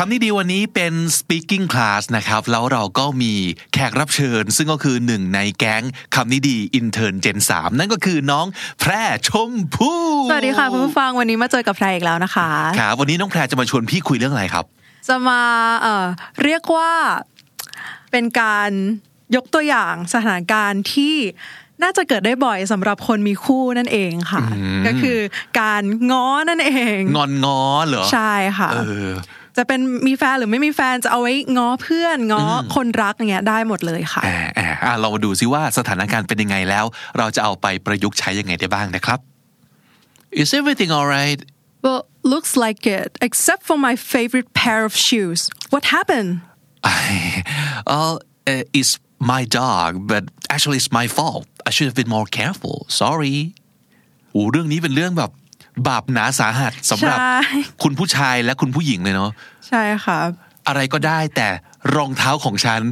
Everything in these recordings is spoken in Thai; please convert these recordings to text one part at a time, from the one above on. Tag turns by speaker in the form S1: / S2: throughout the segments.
S1: คำนี้ดีวันนี้เป็น speaking class นะครับ แล้วเราก็มีแขกรับเชิญ ซึ่งก็คือหนึ่งในแก๊งคำนี้ดี intern Gen 3 นั่นก็คือน้องแพรชมพู่
S2: สวัสดีค่ะคุณผู้ฟังวันนี้มาเจอกับแพรอีกแล้วนะคะ
S1: ครับวันนี้น้องแพรจะมาชวนพี่คุยเรื่องอะไรครับ
S2: จะมาเอ่อเรียกว่าเป็นการยกตัวอย่างสถานการณ์ที่น่าจะเกิดได้บ่อยสำหรับคนมีคู่นั่นเองค่ะ ก็คือการง้อนั่นเอง
S1: งอนง้อเหรอ
S2: ใช่ค่ะ
S1: เออ
S2: จะเป็นมีแฟนหรือไม่มีแฟนจะเอาไว้ง้อเพื่อนง้ออคนรักอย่างเงี้ยได้หมดเลยค่ะ
S1: แอบแอบอ่ะเรามาดูซิว่าสถานการณ์เป็นยังไงแล้ว เราจะเอาไปประยุกต์ใช้ยังไงได้บ้างนะครับ Is everything alright
S2: Well looks like it except for my favorite pair of shoes what happened
S1: well uh, it's my dog but actually it's my fault I should have been more careful sorry โอ้เรื่องนี้เป็นเรื่องแบบบาปหนาสาหัสสำหรับ
S2: ใช่
S1: คุณผู้ชายและคุณผู้หญิงเลยเนาะ
S2: ใช่ค่ะ
S1: อะไรก็ได้แต่รองเท้าของฉั น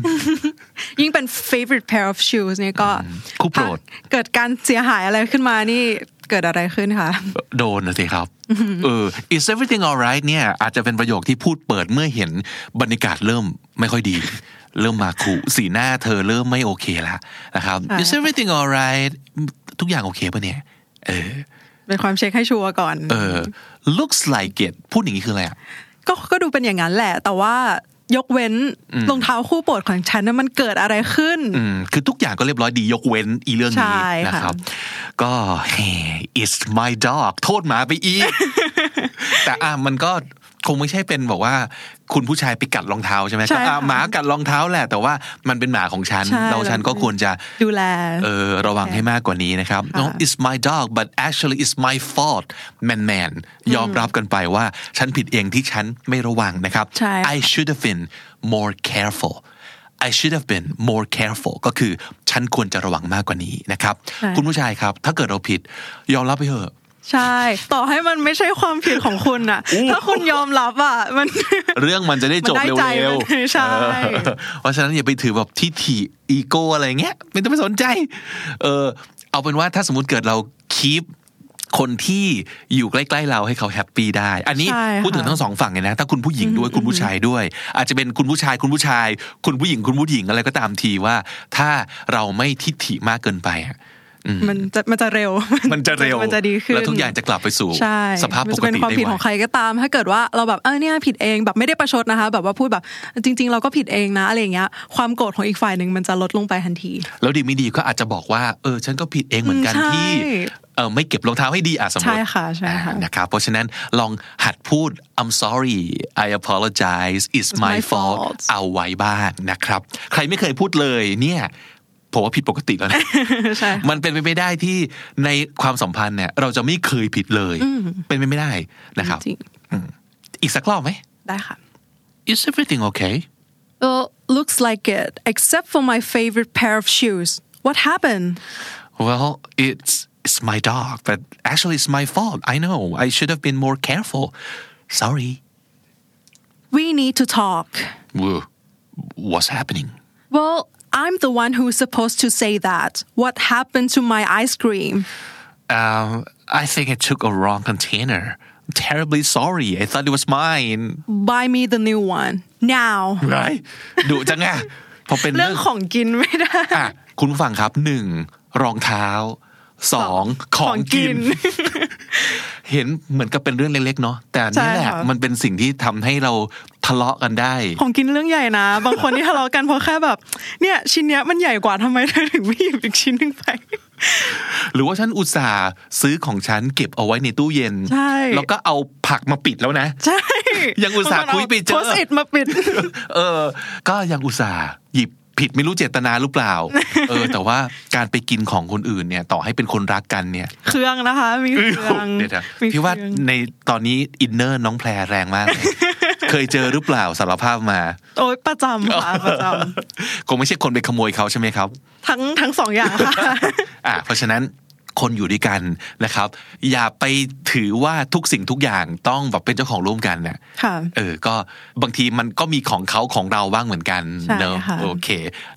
S2: ยิ่งเป็น favorite pair of shoes เนี่ยก็
S1: คู่โปรด
S2: ถ้าเกิดการเสียหายอะไรขึ้นมานี่เกิดอะไรขึ้นคะ
S1: โดนนะสิครับเออ is everything alright เนี่ย อาจจะเป็นประโยคที่พูดเปิดเมื่อเห็นบรรยากาศเริ่มไม่ค่อยดี เริ่มมาขู่สีหน้าเธอเริ่มไม่โอเคแล้วนะครับ
S2: ค่ะ
S1: is everything alright ทุกอย่างโอเคปะเนี่ย เออ
S2: เป็นความเช็คให้ชัวร์ก่อน
S1: เออ looks like it พูดอย่างนี้คืออะไรอ่ะ
S2: ก็ก็ดูเป็นอย่างนั้นแหละ แต่ว่ายกเว้นรองเท้าคู่โปรดของฉันนะมันเกิดอะไรขึ้น
S1: อืมคือทุกอย่างก็เรียบร้อยดียกเว้นอีเรื่องนี้
S2: ใช่ค่ะ
S1: นะครับ ก็ it's my dog โทษหมาไปอี ก แต่อ่ะมันก็คงไม่ใช่เป็นบอกว่า คุณผู้ชายไปกัดรองเท้าใช่ไหมก็
S2: ใช่
S1: อ่ะ
S2: ค่ะ
S1: หมากัดรองเท้าแหละ แต่ว่ามันเป็นหมาของฉัน
S2: ใช่
S1: เราฉันก็ควรจะ
S2: ดูแล
S1: เออระวังให้มากกว่านี้นะครับ
S2: ค่ะ
S1: no it's my dog but actually it's my fault man man ยอมรับกันไปว่า ฉันผิดเองที่ฉันไม่ระวังนะครับ
S2: ใช่ค่ะ
S1: I should have been more careful I should have been more careful ก็คือฉันควรจะระวังมากกว่านี้นะครับ
S2: ใช่
S1: คุณผู้ชายครับ ถ้าเกิดเราผิด ยอมรับไปเถอะ
S2: ใช่ ต่อให้มันไม่ใช่ความผิดของคุณอะถ้าคุณยอมรับอะมัน
S1: เรื่องมันจะได้จบ
S2: มันได้
S1: เร็
S2: ใจ
S1: ว
S2: มัน
S1: ๆ
S2: ใช่
S1: เออ เพราะฉะนั้นอย่าไปถือแบบทิฐิอีโก้อะไรเงี้ย ไม่ต้องไปสนใจ เออ เอาเป็นว่าถ้าสมมติเกิดเราคีปคนที่อยู่ใกล้ๆเราให้เขาแฮปปี้ได้ อันนี้
S2: ใช่ค่ะ
S1: พูดถึงทั้งสองฝั่งเลยนะ ถ้าคุณผู้หญิงด้วยคุณผู้ชายด้วย อาจจะเป็นคุณผู้ชายคุณผู้ชาย คุณผู้หญิงคุณผู้หญิงอะไรก็ตามทีว่า ถ้าเราไม่ทิฐิมากเกินไปอะอืม
S2: มันจะมันจะเร็ว
S1: มันจะเร็ว
S2: มันจะดีขึ้น
S1: แล้วทุกอย่างจะกลับไปสู่
S2: ใช่
S1: สภาพป
S2: มั
S1: ก
S2: นจะเป็น
S1: ติ
S2: ความ
S1: ได้
S2: ผิด
S1: ไว
S2: ของใครก็ตาม ถ้าเกิดว่าเราแบบเออเนี่ยผิดเองแบบไม่ได้ประชดนะคะ แบบว่าพูดแบบจริง ๆ เราก็ผิดเองนะอะไรอย่างเงี้ยความโกรธของอีกฝ่ายหนึ่งมันจะลดลงไปทันที
S1: แล้วดีไม่ดีก็อาจจะบอกว่าเออฉันก็ผิดเองเหมือนกัน
S2: อืมใช่
S1: ที่เออไม่เก็บรองเท้าให้ดีอ่ะสมมติ
S2: ใช่ค่ะใช่ค่ะ
S1: อ่านะครับเพราะฉะนั้นลองหัดพูด I'm sorry I apologize it's my
S2: my
S1: fault
S2: fault
S1: เอาไว้บ้างนะครับ ใครไม่เคยพูดเลยเนี่ยผมว่าผิดปกติ แล้วนะ
S2: ใช่ค่ะ
S1: มันเป็นไปไม่ได้ที่ในความสัมพันธ์เนี่ย เราจะไม่เคยผิดเลย เป็นไปไม่ได้นะครับ
S2: จริง
S1: อืมอีกสักรอบไหม
S2: ได้ค่ะ
S1: Is everything okay
S2: well looks like it except for my favorite pair of shoes what happened
S1: Well, it's it's my dog, but actually it's my fault. I know. I should have been more careful. Sorry.
S2: we need to talk
S1: Whoa. What's happening?
S2: well I'm the one who's supposed to say that what happened to my ice cream
S1: Um, I think I took a wrong container. I'm terribly sorry. I thought it was mine.
S2: buy me the new one now
S1: Right? ดุจังอะพอเป็น
S2: เรื่
S1: เรื่
S2: อ
S1: อง ง
S2: ของกินไม่ได้
S1: อ่ะคุณผู้ฟังครับหนึ่งรองเท้าสองของกิน เห็นเหมือนกับเป็นเรื่องเล็กๆเนาะแต่นี่แห
S2: ใช่
S1: ละ
S2: ค่ะ
S1: มันเป็นสิ่งที่ทำให้เราทะเลาะกันได้
S2: ของกินเรื่องใหญ่นะ บางคนที่ทะเลาะกันเพราะแค่แบบ เนี่ยชิ้นเนี้ยมันใหญ่กว่าทำไมเธอถึงไม่หยิบอีกชิ้นหนึ่งไป
S1: หรือว่าฉันอุตส่าห์ซื้อของฉันเก็บเอาไว้ในตู้เย็น
S2: ใช่
S1: แล้วก็เอาผักมาปิดแล้วนะ
S2: ใช่
S1: ยังอุตส่าห์คุยไปเจอ
S2: โพสอิดมาปิด
S1: เออ ก็ยังอุตส่าห์หยิบผิดไม่รู้เจตนาหรือ เปล่า เออ แต่ว่าการไปกินของคนอื่นเนี่ย ต่อให้เป็นคนรักกันเนี่ย
S2: เครื่องนะคะ มีเครื่อง
S1: เดี๋ยวนะ
S2: มี
S1: พี่ว่า
S2: เครื่อง
S1: ในตอนนี้อินเนอร์น้องแพรแรงมากเลย เคยเจอหรือเปล่าสารภาพมา
S2: โอ้ยประจำค่ะประจ
S1: คงไม่ใช่คนไปขโมยเขาใช่ไหมครับ
S2: ำทั้งทั้งสองอย่างค่ะ
S1: อ่ะเพราะฉะนั้นคนอยู่ด้วยกันนะครับ อย่าไปถือว่าทุกสิ่งทุกอย่างต้องแบบเป็นเจ้าของร่วมกันเนี่ย
S2: ค่ะ
S1: เออ ก็บางทีมันก็มีของเขาของเราบ้างเหมือนกัน
S2: ใช่
S1: เนอะ
S2: ค่ะ
S1: โอเค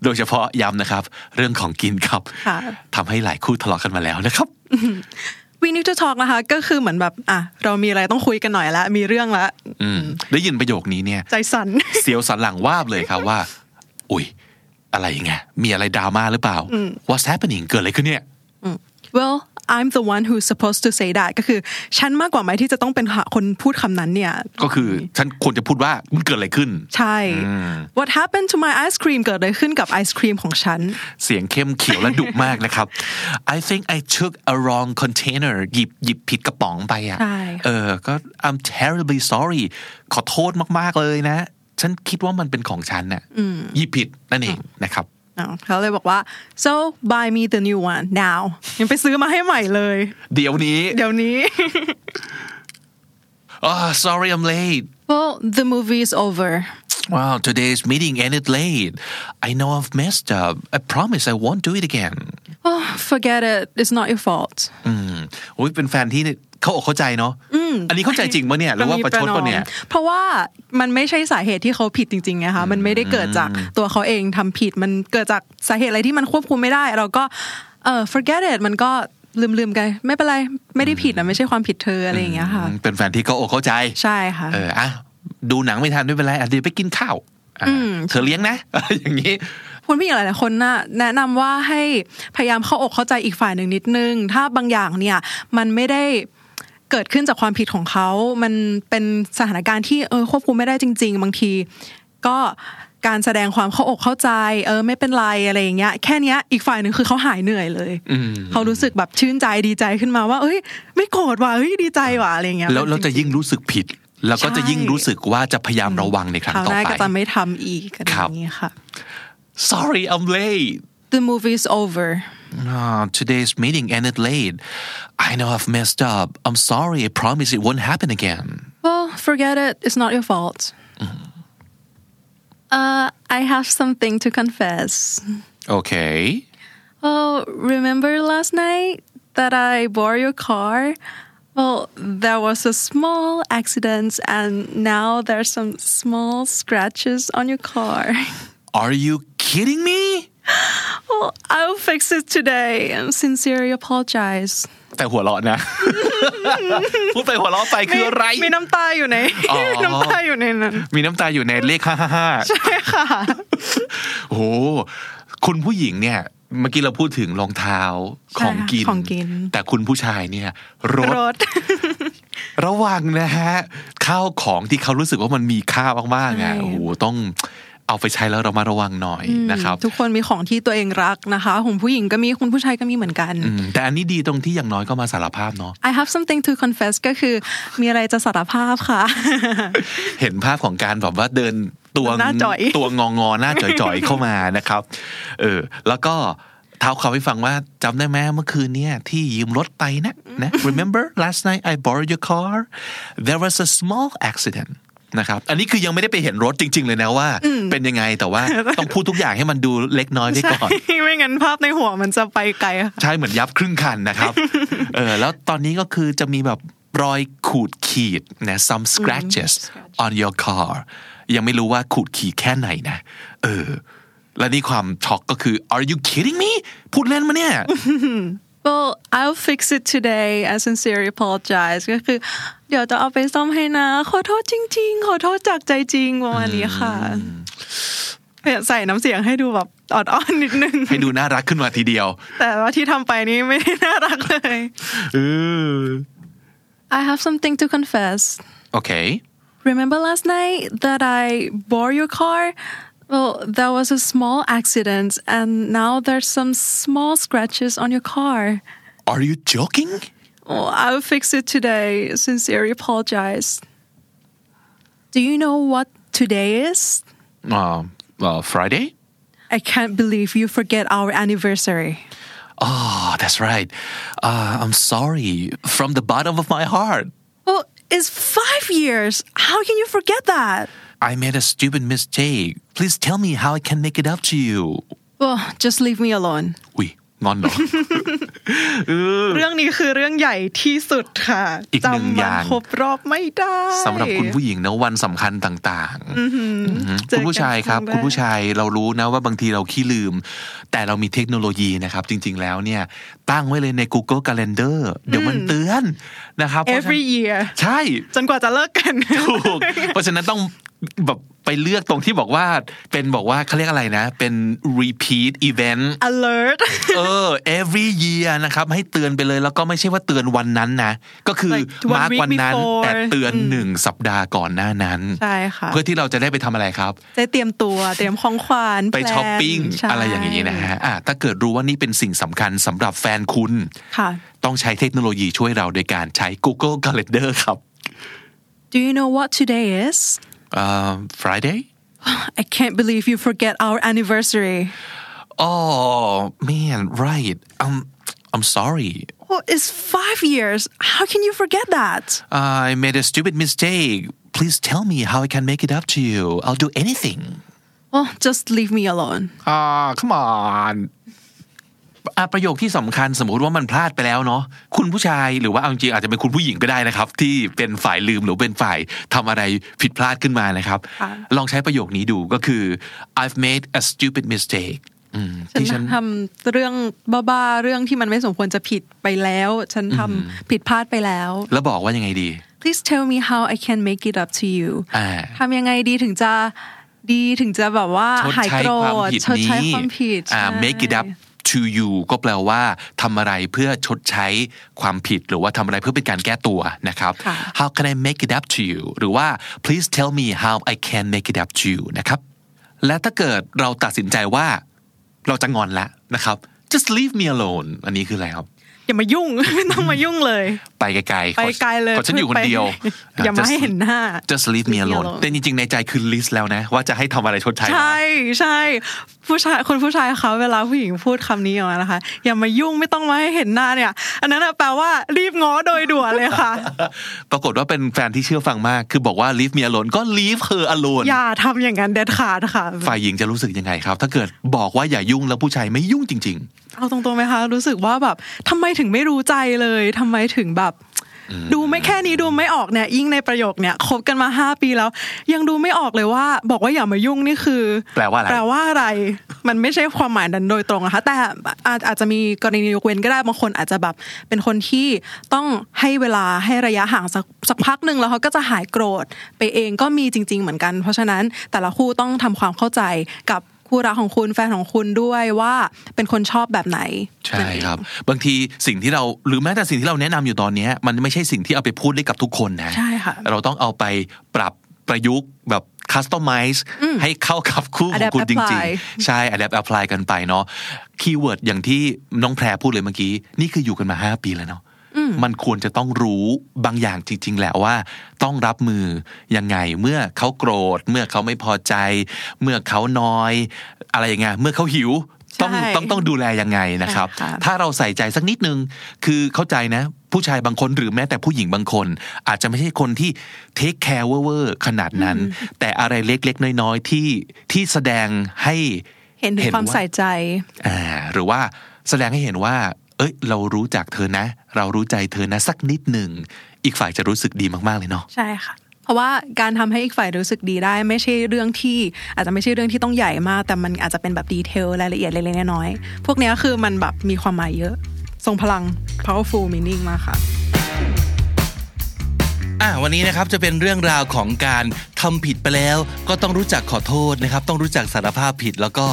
S1: โดยเฉพาะย้ำนะครับ เรื่องของกินครับ
S2: ค่ะ
S1: ทำให้หลายคู่ทะเลาะกันมาแล้วนะครับ
S2: we need to talk นะคะ ก็คือเหมือนแบบอ่ะเรามีอะไรต้องคุยกันหน่อยละมีเรื่องละ
S1: อืมได้ยินประโยคนี้เนี่ย
S2: ใจสั่น
S1: เสียวสันหลังวาบเลยครับว่า อุ้ยอะไรไงมีอะไรดราม่าหรือเปล่า What's happening เกิดอะไรขึ้นเนี่ย
S2: well I'm the one who's supposed to say that ก็คือ ฉันมากกว่าไหมที่จะต้องเป็นคนพูดคำนั้นเนี่ย
S1: ก็คือฉันควรจะพูดว่ามันเกิดอะไรขึ้น
S2: ใช่ what happened to my ice cream เกิดอะไรขึ้นกับไอศครีมของฉัน
S1: เสียงเข้มเขียวและดุมากนะครับ I think I took a wrong container หยิบหยิบผิดกระป๋องไปอ่ะ
S2: ใช่
S1: เออก็ I'm terribly sorry ขอโทษมากๆเลยนะ ฉันคิดว่ามันเป็นของฉันน่ะหยิบผิดนั่นเองนะครับ
S2: อ้าวเขาเลยบอกว่า so buy me the new one now ยังไปซื้อมาให้ใหม่เลย
S1: เดี๋ยวนี้
S2: เดี๋ยวนี้
S1: oh sorry I'm late
S2: well the movie is over
S1: wow today's meeting ended late I know I've messed up I promise I won't do it again
S2: oh forget it it's not your fault
S1: อืมโอ้ยเป็นแฟนที่เขาอกเข้าใจเนาะอันนี้เข้าใจจริงปะเนี่ยหรือว่าประชดปะเนี่ย
S2: เพราะว่ามันไม่ใช่สาเหตุที่เขาผิดจริงๆไงคะมันไม่ได้เกิดจากตัวเขาเองทำผิด มันเกิดจากสาเหตุอะไรที่มันควบคุมไม่ได้ เราก็เออ forget it มันก็ลืมๆกัน ไม่เป็นไร ไม่ได้ผิดนะไม่ใช่ความผิดเธออะไรอย่างเงี้ยค่ะ
S1: อืมเป็นแฟนที่เขาอกเข้าใจ
S2: ใช่ค่ะ
S1: เอออ่ะดูหนังไม่ทันไม่เป็นไรอ่ะเดี๋ยวไปกินข้าวอ่ะเธอเลี้ยงนะ อย่างนี้
S2: คุณผู้หญิงหลายๆคนน่ะแนะนำว่าให้พยายามเข้าอกเข้าใจอีกฝ่ายหนึ่งนิดนึง ถ้าบางอย่างเนี่ยมันไม่ได้เกิดขึ้นจากความผิดของเขา มันเป็นสถานการณ์ที่เออควบคุมไม่ได้จริง ๆ บางที ก็การแสดงความเข้าอกเข้าใจ เออไม่เป็นไรอะไรอย่างเงี้ยแค่เนี้ยอีกฝ่ายหนึ่งคือเขาหายเหนื่อยเลย
S1: อืม
S2: เขารู้สึกแบบชื่นใจดีใจขึ้นมาว่า เอ้ย ไม่โกรธว่ะเอ้ยดีใจว่ะอะไรอย่างเงี้ย
S1: แล้วเราจะยิ่งรู้สึกผิด แล้วก็
S2: ใช่
S1: จะยิ่งรู้สึกว่าจะพยายามระวังในครั้ง
S2: คราว
S1: ต่อ
S2: หน้า
S1: ไป
S2: ก็จะไม่ทำอีกอะไรอย่างเงี้ยค่ะ
S1: Sorry I'm late
S2: The movie is over
S1: Ah, today's meeting ended late I know I've messed up I'm sorry I promise it won't happen again
S2: Well, forget it. It's not your fault. Mm-hmm. Uh, I have something to confess.
S1: Okay
S2: Oh, remember last night that I borrowed your car? Well, there was a small accident, and now there's some small scratches on your car.
S1: Are you kidding me
S2: Well, I'll fix it today and sincerely apologize.
S1: แต่หัวเราะ นะ พูดไปหัวเราะไปคืออะไร
S2: มีน้ำตาอยู่ใน
S1: อ๋อ
S2: น้ำตาอยู่ในนั้น
S1: มีน้ำตาอยู่ในเลขห้าห้าใช่ค่ะโอ้โหคุณผู้หญิงเนี่ย เมื่อกี้เราพูดถึงรองเท้าของกิน
S2: ของกิน
S1: แต่คุณผู้ชายเนี่ย รถ
S2: รถ
S1: ระวังนะฮะข้าวของที่เขารู้สึกว่ามันมีค่ามากๆอ่ะ
S2: ใช่
S1: โอ้โหต้องเอาไปใช้แล้วเรามาระวังหน่อยนะครับ
S2: ทุกคนมีของที่ตัวเองรักนะคะของผู้หญิงก็มีคุณผู้ชายก็มีเหมือนกัน
S1: อืมแต่อันนี้ดีตรงที่อย่างน้อยก็มาสารภาพเนาะ
S2: I have something to confess ก็คือมีอะไรจะสารภาพค่ะ
S1: เห็นภาพของการแบบว่าเดินตัว
S2: หน้าจ่อย
S1: ตัวงองอๆหน้าจ่อยๆ เข้ามานะครับ เออ แล้วก็เท้าเขาให้ฟังว่าจำได้ไหมเมื่อคืนเนี่ยที่ยืมรถไปนะนะ remember last night I borrowed your car there was a small accident นะครับ อันนี้คือยังไม่ได้ไปเห็นรถจริง ๆ เลยนะว่า เป็นยังไงแต่ว่าต้องพูดทุกอย่างให้มันดูเล็กน้อยไว้
S2: ใช่
S1: ก่อน
S2: ไม่งั้นภาพในหัวมันจะไปไกลค่ะ
S1: ใช่เหมือนยับครึ่งคันนะครับ เออแล้วตอนนี้ก็คือจะมีแบบรอยขูดขีดนะ some scratches on your car ยังไม่รู้ว่าขูดขีดแค่ไหนนะ เออ และนี่ความช็อกก็คือ are you kidding me พูดเล่นมาเนี่ย
S2: Well I'll fix it today I sincerely apologize ก็คือ เดี๋ยวจะเอาไปซ่อมให้นะ ขอโทษจริง ๆ ขอโทษจากใจจริงประมาณนี้ค่ะเนี่ยใส่น้ำเสียงให้ดูแบบอ่อนๆนิด นึง
S1: ให้ดูน่ารักขึ้นมาทีเดียว
S2: แต่ว่าที่ทำไปนี้ไม่ได้น่ารักเลย
S1: เออ
S2: I have something to confess
S1: โอเค
S2: Remember last night that I borrowed your car? Well, there was a small accident, and now there's some small scratches on your car.
S1: are you joking
S2: Oh, I'll fix it today. Sincerely apologize. Do you know what today is?
S1: uh, uh, Friday
S2: I can't believe you forget our anniversary.
S1: oh that's right uh, I'm sorry from the bottom of my heart
S2: Well, is five years how can you forget that
S1: I made a stupid mistake please tell me how I can make it up to you
S2: well just leave me alone
S1: อุ้ยงอนเหร อ
S2: เรื่องนี้คือเรื่องใหญ่ที่สุดค่ะ
S1: อีกหนึ่งอ
S2: จำวั
S1: ย่าง
S2: ครบรอบไม่ได้
S1: สำหรับคุณผู้หญิงนะวันสำคัญต่างๆ
S2: เจอ
S1: คุณผู้ชายครับ
S2: กันครั้งแรก
S1: คุณผู้ชายเรารู้นะว่าบางทีเราขี้ลืม แต่เรามีเทคโนโลยีนะครับ จริง ๆ แล้วเนี่ย ตั้งไว้เลยใน Google Calendar เดี๋ยวมันเตือนนะครับเพราะฉะ
S2: every
S1: นั้น
S2: year
S1: ใช่
S2: จนกว่าจะเลิกกัน
S1: ถูก เพราะฉะนั้นต้องแบบไปเลือกตรงที่บอกว่าเป็นบอกว่าเขาเรียกอะไรนะ เป็น repeat event
S2: alert
S1: เออ every year นะครับ ให้เตือนไปเลยแล้วก็ไม่ใช่ว่าเตือนวันนั้นนะ ก็คือ
S2: Like one
S1: มาร์
S2: week
S1: วันนั้น
S2: before
S1: แต่เตือน
S2: อืม
S1: หนึ่งสัปดาห์ก่อนหน้านั้น
S2: ใช่ค่ะ
S1: เพื่อที่เราจะได้ไปทำอะไรครับ
S2: จะเตรียมตัวเตรียมของขวัญ
S1: ไป
S2: แพลน
S1: ช้อปปิ้ง
S2: ใช่
S1: อะไรอย่างนี้นะฮะอ่ะถ้าเกิดรู้ว่านี่เป็นสิ่งสำคัญสำหรับแฟนคุณ
S2: ค่ะ
S1: ต้องใช้เทคโนโลยีช่วยเราโดยการใช้ Google Calendar ครับ
S2: do you know what today is
S1: เอ่อ Friday
S2: I can't believe you forget our anniversary
S1: oh man right um I'm sorry
S2: well it's five years how can you forget that
S1: I made a stupid mistake please tell me how I can make it up to you I'll do anything
S2: well just leave me alone
S1: อ่า come on อ่ะประโยคที่สำคัญสมมุติว่ามันพลาดไปแล้วเนาะคุณผู้ชายหรือว่าเอาจริงๆอาจจะเป็นคุณผู้หญิงก็ได้นะครับ ที่เป็นฝ่ายลืมหรือเป็นฝ่ายทำอะไรผิดพลาดขึ้นมานะครับ
S2: ค่ะ
S1: ลองใช้ประโยคนี้ดูก็คือ I've made a stupid mistake อืม
S2: ฉัน
S1: ที่ฉัน
S2: ทำเรื่องบ้าๆเรื่องที่มันไม่สมควรจะผิดไปแล้ว ฉันทำผิดพลาดไปแล้ว
S1: แล้วบอกว่ายังไงดี
S2: please tell me how I can make it up to you
S1: อ่า
S2: ทำยังไงดีถึงจะดีถึงจะแบบว่า
S1: ชด
S2: หาย
S1: ใช้
S2: โกร
S1: ความ
S2: ธ
S1: ผิด
S2: ชดใช้
S1: นี้
S2: ความผิด
S1: อ่า
S2: ใช่
S1: make it up to you ก็แปลว่าทำอะไรเพื่อชดใช้ความผิด หรือว่าทำอะไรเพื่อเป็นการแก้ตัวนะครับ
S2: ค่ะ
S1: how can I make it up to you หรือว่า please tell me how I can make it up to you นะครับ และถ้าเกิดเราตัดสินใจว่าเราจะงอนละนะครับ just leave me alone อันนี้คืออะไรครับ
S2: อย่ามายุ่ง ไม่ต้องมายุ่งเลย
S1: ไปไกลๆ
S2: ไปไกลเลย
S1: ขอฉันอยู่คนเดียว
S2: อย่ามาให้เห็นหน้า
S1: just leave me alone แต่จริงๆในใจคือ list แล้วนะ ว่าจะให้ทำอะไรชดใช้
S2: ใช่ใช่ผู้ชายคนผู้ชายเขาเวลาผู้หญิงพูดคำนี้ออกมานะคะ อย่ามายุ่งไม่ต้องมาให้เห็นหน้าเนี่ย อันนั้นน่ะแปลว่ารีบง้อโดยด่วนเลยค่ะ
S1: ปรากฏว่าเป็นแฟนที่เชื่อฟังมาก คือบอกว่า leave me alone ก็ leave her alone
S2: อย่าทำอย่างนั้นเด็ดขาดค่ะ
S1: ฝ่ายหญิงจะรู้สึกยังไงครับ ถ้าเกิดบอกว่าอย่ายุ่งแล้วผู้ชายไม่ยุ่งจริง
S2: เอาตรงๆไหมคะ รู้สึกว่าแบบทำไมถึงไม่รู้ใจเลยทำไมถึงแบบ ดูไม่แค่นี้ดูไม่ออกเนี่ยยิ่งในประโยคเนี่ยคบกันมาห้าปีแล้ว ยังดูไม่ออกเลยว่า บอกว่าอย่ามายุ่งนี่คือ
S1: แปลว่าอะไร
S2: แปลว่าอะไร มันไม่ใช่ความหมายนั้นโดยตรงนะคะ แต่อาจอาจจะมีกรณียกเว้นก็ได้บางคนอาจจะแบบเป็นคนที่ต้องให้เวลาให้ระยะห่างสักสักพักหนึ่งแล้วเขาก็จะหายโกรธไปเองก็มีจริง ๆ เหมือนกัน เพราะฉะนั้นแต่ละคู่ต้องทำความเข้าใจกับคู่รักของคุณแฟนของคุณด้วยว่าเป็นคนชอบแบบไหน
S1: ๆ ใช่ครับ บางทีสิ่งที่เราหรือแม้แต่สิ่งที่เราแนะนำอยู่ตอนเนี้ยมันไม่ใช่สิ่งที่เอาไปพูดได้กับทุกคนนะ
S2: ใช่ค่ะ
S1: เราต้องเอาไปปรับประยุกต์แบบคัสตอมไมซ์ให้เข้ากับคู่ของ
S2: Adapt
S1: คุณจริง
S2: apply
S1: ๆ ใช่ adapt apply กันไปเนาะคีย์เวิร์ดอย่างที่น้องแพรพูดเลยเมื่อกี้ นี่คืออยู่กันมา 5 ปีแล้วเนาะมันควรจะต้องรู้บางอย่างจริง ๆ แหละว่า ต้องรับมือยังไง เมื่อเขาโกรธ เมื่อเขาไม่พอใจ เมื่อเขานอย อะไรอย่างเงี้ยเมื่อเขาหิว ต้อง
S2: ใช่
S1: ต้องต้องดูแลยังไงนะครับ
S2: ใช่ค่ะ
S1: ถ้าเราใส่ใจสักนิดนึง คือเข้าใจนะ ผู้ชายบางคนหรือแม้แต่ผู้หญิงบางคน อาจจะไม่ใช่คนที่เทคแคร์เวอร์ๆขนาดนั้น แต่อะไรเล็กๆ น้อยๆ ที่ที่แสดงให้
S2: เห็นถึงความใส่ใจ
S1: อ่าหรือว่าแสดงให้เห็นว่า เอ้ย เรารู้จักเธอนะ เรารู้ใจเธอนะสักนิดหนึ่ง อีกฝ่ายจะรู้สึกดีมากๆเลยเนาะ
S2: ใช่ค่ะ เพราะว่าการทำให้อีกฝ่ายรู้สึกดีได้ ไม่ใช่เรื่องที่อาจจะไม่ใช่เรื่องที่ต้องใหญ่มาก แต่มันอาจจะเป็นแบบดีเทลรายละเอียดเล็กๆน้อยๆพวกเนี้ยคือมันแบบมีความหมายเยอะ ทรงพลัง powerful meaning มากค่ะ
S3: อ่ะวันนี้นะครับจะเป็นเรื่องราวของการทำผิดไปแล้ว ก็ต้องรู้จักขอโทษนะครับ ต้องรู้จักสารภาพผิด แล้วก็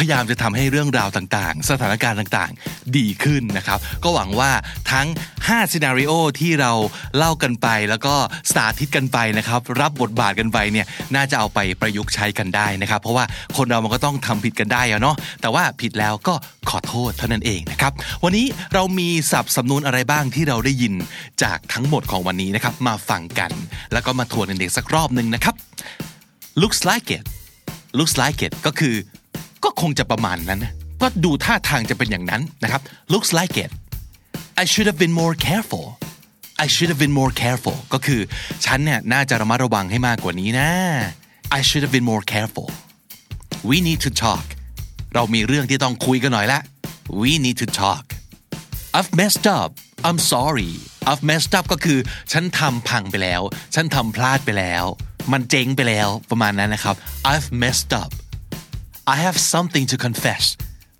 S3: พยายามจะทำให้เรื่องราวต่างๆ สถานการณ์ต่างๆ ดีขึ้นนะครับ ก็หวังว่าทั้ง5ซีนารีโอที่เราเล่ากันไป แล้วก็สาธิตกันไปนะครับ รับบทบาทกันไปเนี่ยน่าจะเอาไปประยุกต์ใช้กันได้นะครับ เพราะว่าคนเรามันก็ต้องทำผิดกันได้อะเนาะแต่ว่าผิดแล้วก็ขอโทษเท่านั้นเองนะครับ วันนี้เรามีศัพท์สำนวนอะไรบ้างที่เราได้ยินจากทั้งหมดของวันนี้นะครับ มาฟังกัน แล้วก็มาทวนกันเด็กสักรอบหนึ่งนะครับ looks like it looks like it ก็คือ ก็คงจะประมาณนั้นนะก็ดูท่าทางจะเป็นอย่างนั้นนะครับ looks like it I should have been more careful
S1: I should have been more careful ก็คือฉันเนี่ยน่าจะระมัดระวังให้มากกว่านี้นะ I should have been more careful we need to talk เรามีเรื่องที่ต้องคุยกันหน่อยละ we need to talk I've messed up I'm sorry I've messed up ก็คือฉันทำพังไปแล้ว ฉันทำพลาดไปแล้ว มันเจ๊งไปแล้วประมาณนั้นนะครับ I've messed up I have something to confess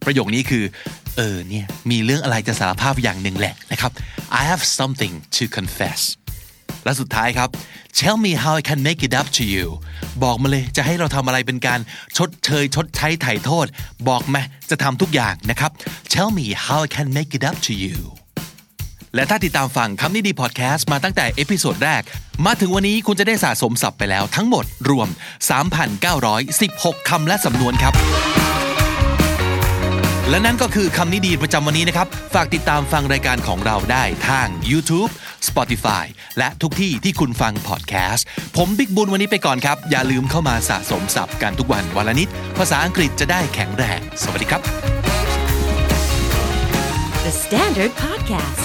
S1: ประโยคนี้คือ เออเนี่ย มีเรื่องอะไรจะสารภาพอย่างหนึ่งแหละนะครับ I have something to confess และสุดท้ายครับ Tell me how I can make it up to you บอกมาเลยจะให้เราทำอะไรเป็นการชดเชยชดใช้ไถ่โทษ บอกมาจะทำทุกอย่างนะครับ Tell me how I can make it up to you และถ้าติดตามฟังคำนี้ดีพอดแคสต์มาตั้งแต่เอพิโซดแรก มาถึงวันนี้คุณจะได้สะสมศัพท์ไปแล้วทั้งหมดรวม 3,916 คำและสำนวนครับ และนั่นก็คือคำนิดีประจำวันนี้นะครับ ฝากติดตามฟังรายการของเราได้ทาง YouTube Spotify และทุกที่ที่คุณฟังพอดแคสต์ ผมบิ๊กบุญวันนี้ไปก่อนครับ อย่าลืมเข้ามาสะสมศัพท์กันทุกวันวันละนิด ภาษาอังกฤษจะได้แข็งแรง สวัสดีครับ
S4: The Standard Podcast,